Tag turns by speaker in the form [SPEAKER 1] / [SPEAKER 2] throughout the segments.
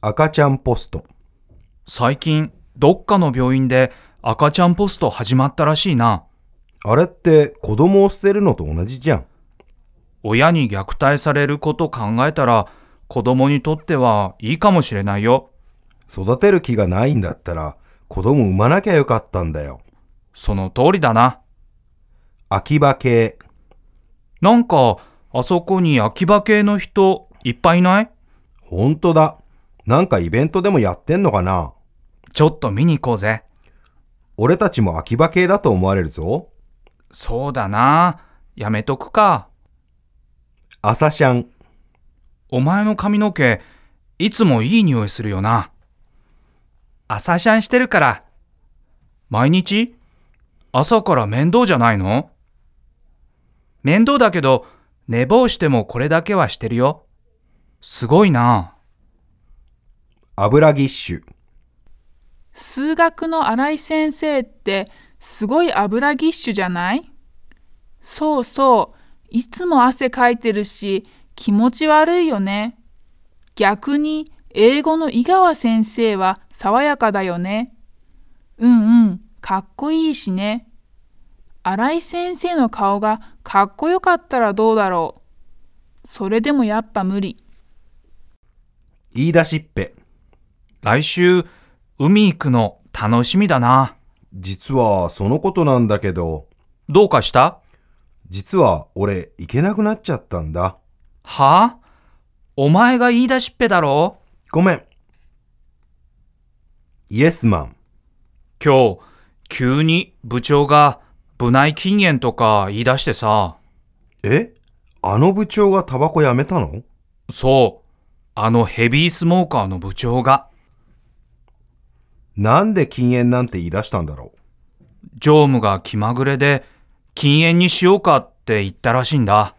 [SPEAKER 1] 赤ちゃんポスト
[SPEAKER 2] 最近どっかの病院で赤ちゃんポスト始まったらしいな
[SPEAKER 1] あれって子供を捨てるのと同じじゃん
[SPEAKER 2] 親に虐待されること考えたら子供にとってはいいかもしれないよ
[SPEAKER 1] 育てる気がないんだったら子供産まなきゃよかったんだよ
[SPEAKER 2] その通りだな
[SPEAKER 1] 秋葉系
[SPEAKER 2] なんかあそこに秋葉系の人いっぱいいない
[SPEAKER 1] ほんとだなんかイベントでもやってんのかな
[SPEAKER 2] ちょっと見に行こうぜ
[SPEAKER 1] 俺たちも秋葉系だと思われるぞ
[SPEAKER 2] そうだなやめとくか
[SPEAKER 1] 朝シャン
[SPEAKER 2] お前の髪の毛いつもいい匂いするよな朝シャンしてるから毎日朝から面倒じゃないの面倒だけど寝坊してもこれだけはしてるよすごいな
[SPEAKER 1] 油ぎっしゅ
[SPEAKER 3] 数学の新井先生ってすごい油ぎっしゅじゃないそうそういつも汗かいてるし気持ち悪いよね逆に英語の井川先生は爽やかだよねうんうんかっこいいしね新井先生の顔がかっこよかったらどうだろうそれでもやっぱ無理
[SPEAKER 1] 言い出しっぺ
[SPEAKER 2] 来週海行くの楽しみだな
[SPEAKER 1] 実はそのことなんだけど
[SPEAKER 2] どうかした
[SPEAKER 1] 実は俺行けなくなっちゃったんだ
[SPEAKER 2] はあお前が言い出しっぺだろ
[SPEAKER 1] ごめんイエスマン
[SPEAKER 2] 今日急に部長が部内禁煙とか言い出してさ
[SPEAKER 1] えあの部長がタバコやめたの
[SPEAKER 2] そうあのヘビースモーカーの部長が
[SPEAKER 1] なんで禁煙なんて言い出したんだろう
[SPEAKER 2] 常務が気まぐれで禁煙にしようかって言ったらしいんだ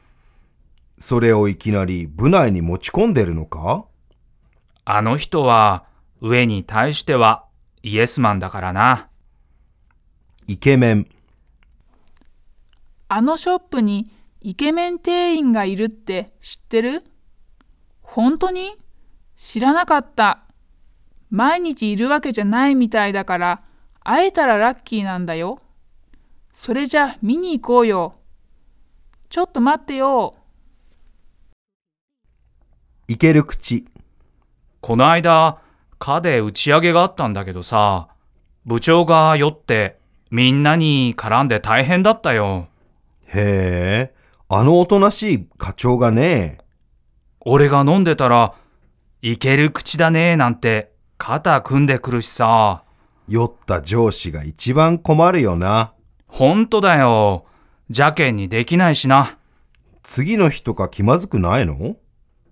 [SPEAKER 1] それをいきなり部内に持ち込んでるのか
[SPEAKER 2] あの人は上に対してはイエスマンだからな
[SPEAKER 1] イケメン
[SPEAKER 3] あのショップにイケメン店員がいるって知ってる本当に知らなかった。毎日いるわけじゃないみたいだから、会えたらラッキーなんだよ。それじゃ見に行こうよ。ちょっと待ってよ。
[SPEAKER 1] イケる口
[SPEAKER 2] この間課で打ち上げがあったんだけどさ部長が酔ってみんなに絡んで大変だったよ
[SPEAKER 1] へえあのおとなしい課長がね
[SPEAKER 2] 俺が飲んでたら「いける口だね」なんて肩組んでくるしさ
[SPEAKER 1] 酔った上司が一番困るよな
[SPEAKER 2] ほんとだよ邪険にできないしな
[SPEAKER 1] 次の日とか気まずくないの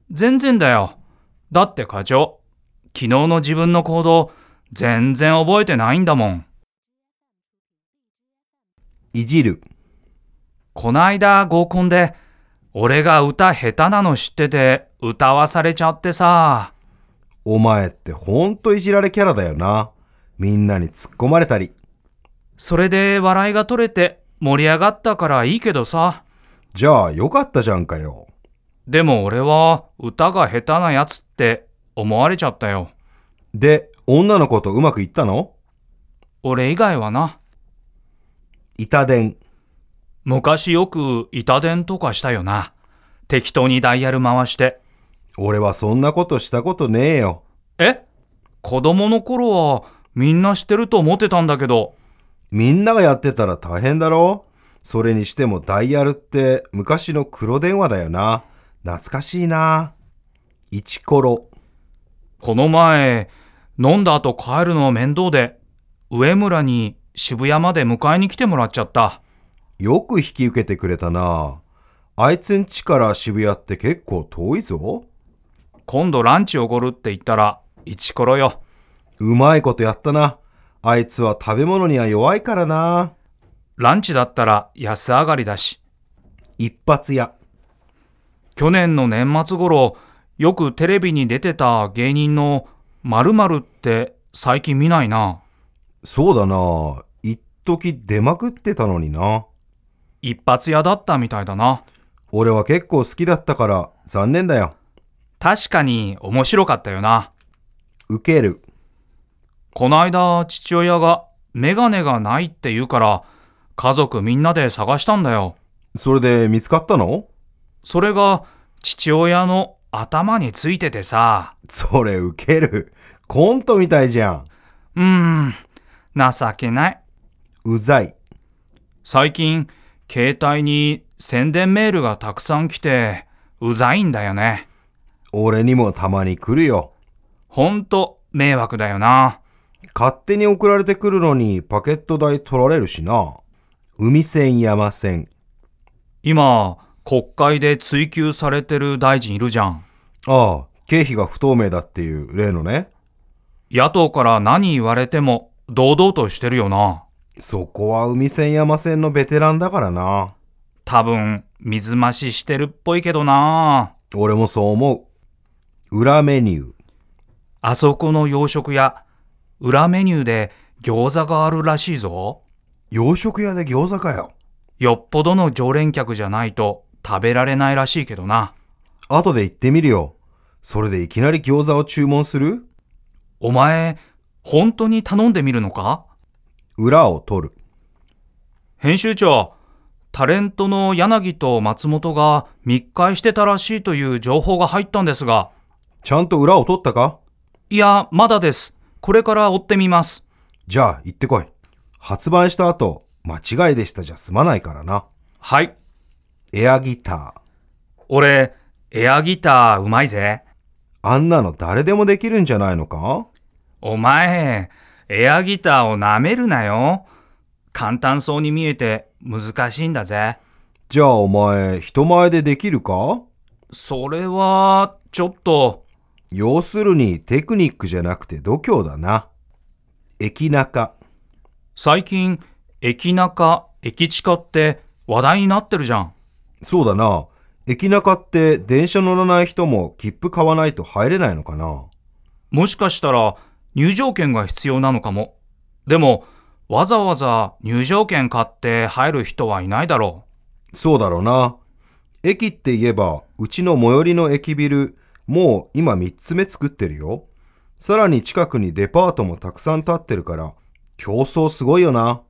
[SPEAKER 2] 全然だよだって課長昨日の自分の行動全然覚えてないんだもん
[SPEAKER 1] いじる
[SPEAKER 2] こないだ合コンで俺が歌下手なの知ってて歌わされちゃってさ
[SPEAKER 1] お前ってほんといじられキャラだよなみんなに突っ込まれたり
[SPEAKER 2] それで笑いが取れて盛り上がったからいいけどさ
[SPEAKER 1] じゃあよかったじゃんかよ
[SPEAKER 2] でも俺は歌が下手なやつって思われちゃったよ
[SPEAKER 1] で女の子とうまくいったの
[SPEAKER 2] 俺以外はな
[SPEAKER 1] 板伝
[SPEAKER 2] 昔よく板伝とかしたよな適当にダイヤル回して
[SPEAKER 1] 俺はそんなことしたことねえよ
[SPEAKER 2] え子供の頃はみんな知ってると思ってたんだけど
[SPEAKER 1] みんながやってたら大変だろそれにしてもダイヤルって昔の黒電話だよな。懐かしいな。イチコロ、
[SPEAKER 2] この前飲んだ後帰るの面倒で上村に渋谷まで迎えに来てもらっちゃった
[SPEAKER 1] よく引き受けてくれたな。あいつんちから渋谷って結構遠いぞ。
[SPEAKER 2] 今度ランチおごるって言ったらイチコロよ
[SPEAKER 1] うまいことやったな。あいつは食べ物には弱いからな。
[SPEAKER 2] ランチだったら安上がりだし
[SPEAKER 1] 一発屋、
[SPEAKER 2] 去年の年末頃よくテレビに出てた芸人の〇〇って最近見ないな
[SPEAKER 1] そうだな。一時出まくってたのにな。
[SPEAKER 2] 一発屋だったみたいだな
[SPEAKER 1] 俺は結構好きだったから残念だよ。
[SPEAKER 2] 確かに面白かったよな
[SPEAKER 1] 受ける。
[SPEAKER 2] こないだ父親がメガネがないって言うから家族みんなで探したんだよ。
[SPEAKER 1] それで見つかったの
[SPEAKER 2] それが父親の頭についててさ。
[SPEAKER 1] それ受ける。コントみたいじゃん。
[SPEAKER 2] うーん、情けない。
[SPEAKER 1] うざい。
[SPEAKER 2] 最近携帯に宣伝メールがたくさん来てうざいんだよね。
[SPEAKER 1] 俺にもたまに来るよ。
[SPEAKER 2] ほんと迷惑だよな。
[SPEAKER 1] 勝手に送られてくるのにパケット代取られるしな。海線山線。
[SPEAKER 2] 今国会で追及されてる大臣いるじゃん。
[SPEAKER 1] ああ、経費が不透明だっていう例のね。
[SPEAKER 2] 野党から何言われても堂々としてるよな。
[SPEAKER 1] そこは海線山線のベテランだからな。
[SPEAKER 2] 多分水増ししてるっぽいけどな
[SPEAKER 1] 俺もそう思う。裏メニュー。
[SPEAKER 2] あそこの洋食屋裏メニューで餃子があるらしいぞ
[SPEAKER 1] 洋食屋で餃子かよ。
[SPEAKER 2] よっぽどの常連客じゃないと食べられないらしいけどな
[SPEAKER 1] 後で行ってみるよ。それでいきなり餃子を注文する
[SPEAKER 2] お前本当に頼んでみるのか
[SPEAKER 1] 裏を取る。
[SPEAKER 2] 編集長タレントの柳と松本が密会してたらしいという情報が入ったんですが
[SPEAKER 1] ちゃんと裏を取ったか
[SPEAKER 2] いやまだですこれから追ってみます
[SPEAKER 1] じゃあ行ってこい。発売した後、間違いでしたじゃ済まないからな。
[SPEAKER 2] はい
[SPEAKER 1] エアギター。
[SPEAKER 2] 俺エアギターうまいぜ
[SPEAKER 1] あんなの誰でもできるんじゃないのか
[SPEAKER 2] お前、エアギターを舐めるなよ。簡単そうに見えて難しいんだぜ。
[SPEAKER 1] じゃあお前、人前でできるか
[SPEAKER 2] それは、ちょっと、
[SPEAKER 1] 要するにテクニックじゃなくて度胸だな。駅中。
[SPEAKER 2] 最近、駅中、駅地下って話題になってるじゃん。
[SPEAKER 1] そうだな。駅中って電車乗らない人も切符買わないと入れないのかな
[SPEAKER 2] もしかしたら入場券が必要なのかも。でも、わざわざ入場券買って入る人はいないだろ
[SPEAKER 1] そうだろうな。駅って言えば、うちの最寄りの駅ビル、もう今3つ目作ってるよ。さらに近くにデパートもたくさん建ってるから、競争すごいよな。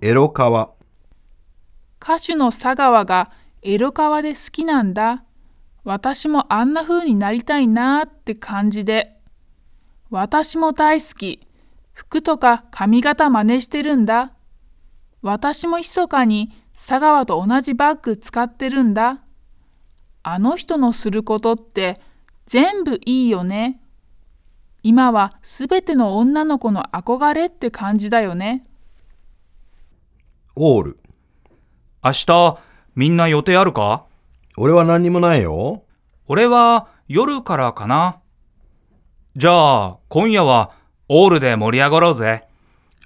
[SPEAKER 1] エロ川。
[SPEAKER 3] 歌手の佐川がエロ川で好きなんだ。私もあんな風になりたいなーって感じで。私も大好き。服とか髪型真似してるんだ。私も密かに佐川と同じバッグ使ってるんだ。あの人のすることって全部いいよね。今はすべての女の子の憧れって感じだよね。
[SPEAKER 1] オール。
[SPEAKER 2] う。明日、みんな予定あるか
[SPEAKER 1] 俺は何にもないよ。
[SPEAKER 2] 俺は夜からかな。じゃあ今夜はオールで盛り上がろうぜ。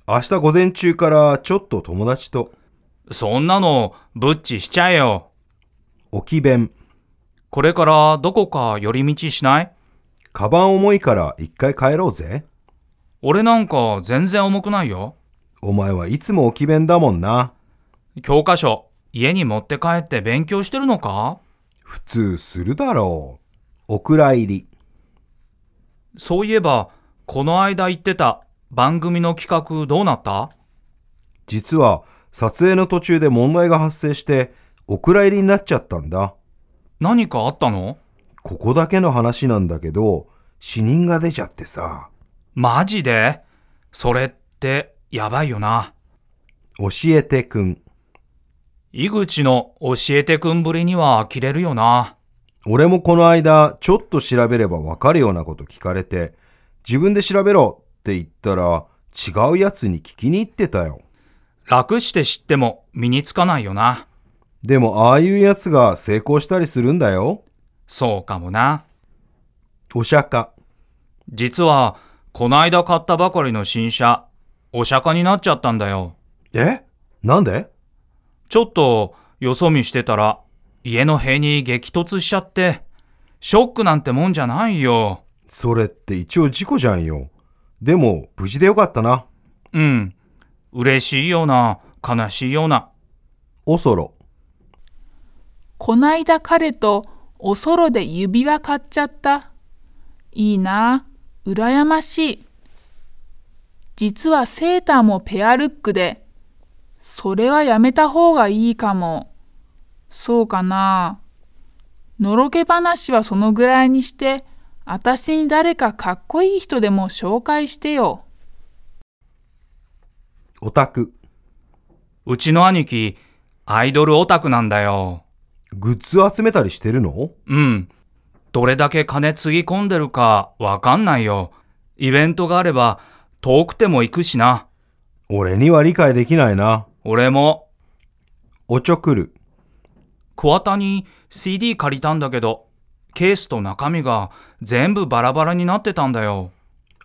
[SPEAKER 1] 明日午前中からちょっと友達と、
[SPEAKER 2] そんなのブッチしちゃえよ。
[SPEAKER 1] 置き弁。
[SPEAKER 2] これからどこか寄り道しない
[SPEAKER 1] カバン重いから一回帰ろうぜ。
[SPEAKER 2] 俺なんか全然重くないよ。
[SPEAKER 1] お前はいつも置き弁だもんな。
[SPEAKER 2] 教科書家に持って帰って勉強してるのか
[SPEAKER 1] 普通するだろう。お蔵入り。
[SPEAKER 2] そういえばこの間言ってた番組の企画どうなった
[SPEAKER 1] 実は撮影の途中で問題が発生してお蔵入りになっちゃったんだ
[SPEAKER 2] 何かあったの
[SPEAKER 1] ここだけの話なんだけど死人が出ちゃってさ
[SPEAKER 2] マジでそれってやばいよな。
[SPEAKER 1] 教えてくん
[SPEAKER 2] 井口の教えてくんぶりには呆れるよな。
[SPEAKER 1] 俺もこの間ちょっと調べればわかるようなこと聞かれて自分で調べろって言ったら違うやつに聞きに行ってたよ
[SPEAKER 2] 楽して知っても身につかないよな。
[SPEAKER 1] でもああいうやつが成功したりするんだよ
[SPEAKER 2] そうかもな。
[SPEAKER 1] お釈迦
[SPEAKER 2] 実は、こないだ買ったばかりの新車、お釈迦になっちゃったんだよ。
[SPEAKER 1] えなんで
[SPEAKER 2] ちょっと、よそ見してたら、家の塀に激突しちゃって、ショックなんてもんじゃないよ。
[SPEAKER 1] それって一応事故じゃんよでも無事でよかったな
[SPEAKER 2] うん。嬉しいような、悲しいような。
[SPEAKER 1] おそろ
[SPEAKER 3] こないだ彼とおそろで指輪買っちゃった。いいなあ。羨ましい。実はセーターもペアルックで、それはやめた方がいいかも。そうかな。のろけ話はそのぐらいにして、私に誰かかっこいい人でも紹介してよ。
[SPEAKER 1] オタク
[SPEAKER 2] うちの兄貴、アイドルオタクなんだよ。
[SPEAKER 1] グッズ集めたりしてるの
[SPEAKER 2] うん。どれだけ金つぎ込んでるかわかんないよ。イベントがあれば遠くても行くしな。
[SPEAKER 1] 俺には理解できないな
[SPEAKER 2] 俺も
[SPEAKER 1] おちょくる
[SPEAKER 2] 桑田に CD 借りたんだけど、ケースと中身が全部バラバラになってたんだよ。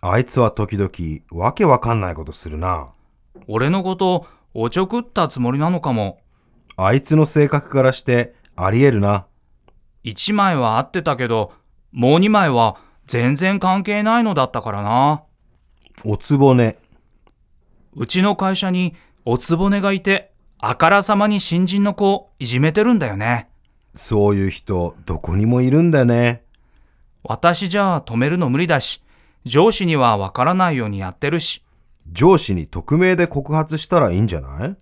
[SPEAKER 1] あいつは時々わけわかんないことするな
[SPEAKER 2] 俺のこと、おちょくったつもりなのかも。
[SPEAKER 1] あいつの性格からしてありえるな
[SPEAKER 2] 1枚は合ってたけど、もう2枚は全然関係ないのだったからな。
[SPEAKER 1] おつぼね
[SPEAKER 2] うちの会社におつぼねがいて、あからさまに新人の子をいじめてるんだよね。
[SPEAKER 1] そういう人どこにもいるんだね
[SPEAKER 2] 私じゃ止めるの無理だし、上司にはわからないようにやってるし、
[SPEAKER 1] 上司に匿名で告発したらいいんじゃない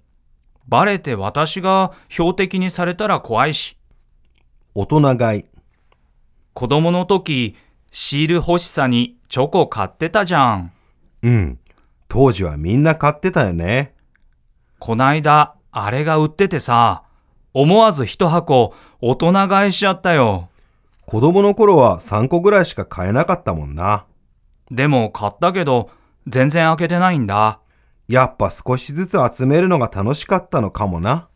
[SPEAKER 2] バレて私が標的にされたら怖いし、
[SPEAKER 1] 大人買い
[SPEAKER 2] 子供の時、シール欲しさにチョコ買ってたじゃん。
[SPEAKER 1] うん当時はみんな買ってたよね
[SPEAKER 2] こないだ、あれが売っててさ、思わず一箱大人買いしちゃったよ。
[SPEAKER 1] 子供の頃は3個ぐらいしか買えなかったもんな
[SPEAKER 2] でも買ったけど、全然開けてないんだ。
[SPEAKER 1] やっぱ少しずつ集めるのが楽しかったのかもな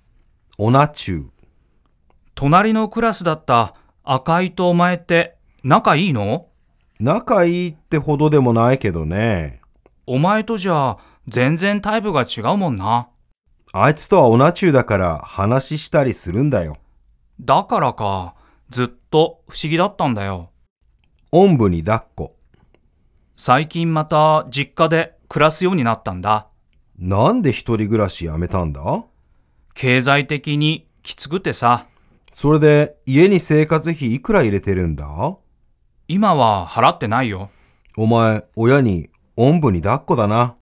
[SPEAKER 1] オナチュー
[SPEAKER 2] 隣のクラスだった赤井とお前って仲いいの
[SPEAKER 1] 仲いいってほどでもないけどね
[SPEAKER 2] お前とじゃ全然タイプが違うもんな。
[SPEAKER 1] あいつとはオナチューだから話したりするんだよ
[SPEAKER 2] だからか、ずっと不思議だったんだよ。
[SPEAKER 1] おんぶに抱っこ
[SPEAKER 2] 最近また実家で暮らすようになったんだ。
[SPEAKER 1] なんで一人暮らしやめたんだ
[SPEAKER 2] 経済的にきつくてさ、
[SPEAKER 1] それで家に生活費いくら入れてるんだ
[SPEAKER 2] 今は払ってないよ。
[SPEAKER 1] お前親におんぶに抱っこだな